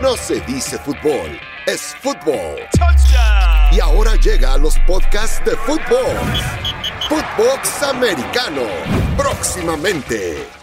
No se dice fútbol, es fútbol. Touchdown. Y ahora llega a los podcasts de fútbol. Footbox Americano. Próximamente.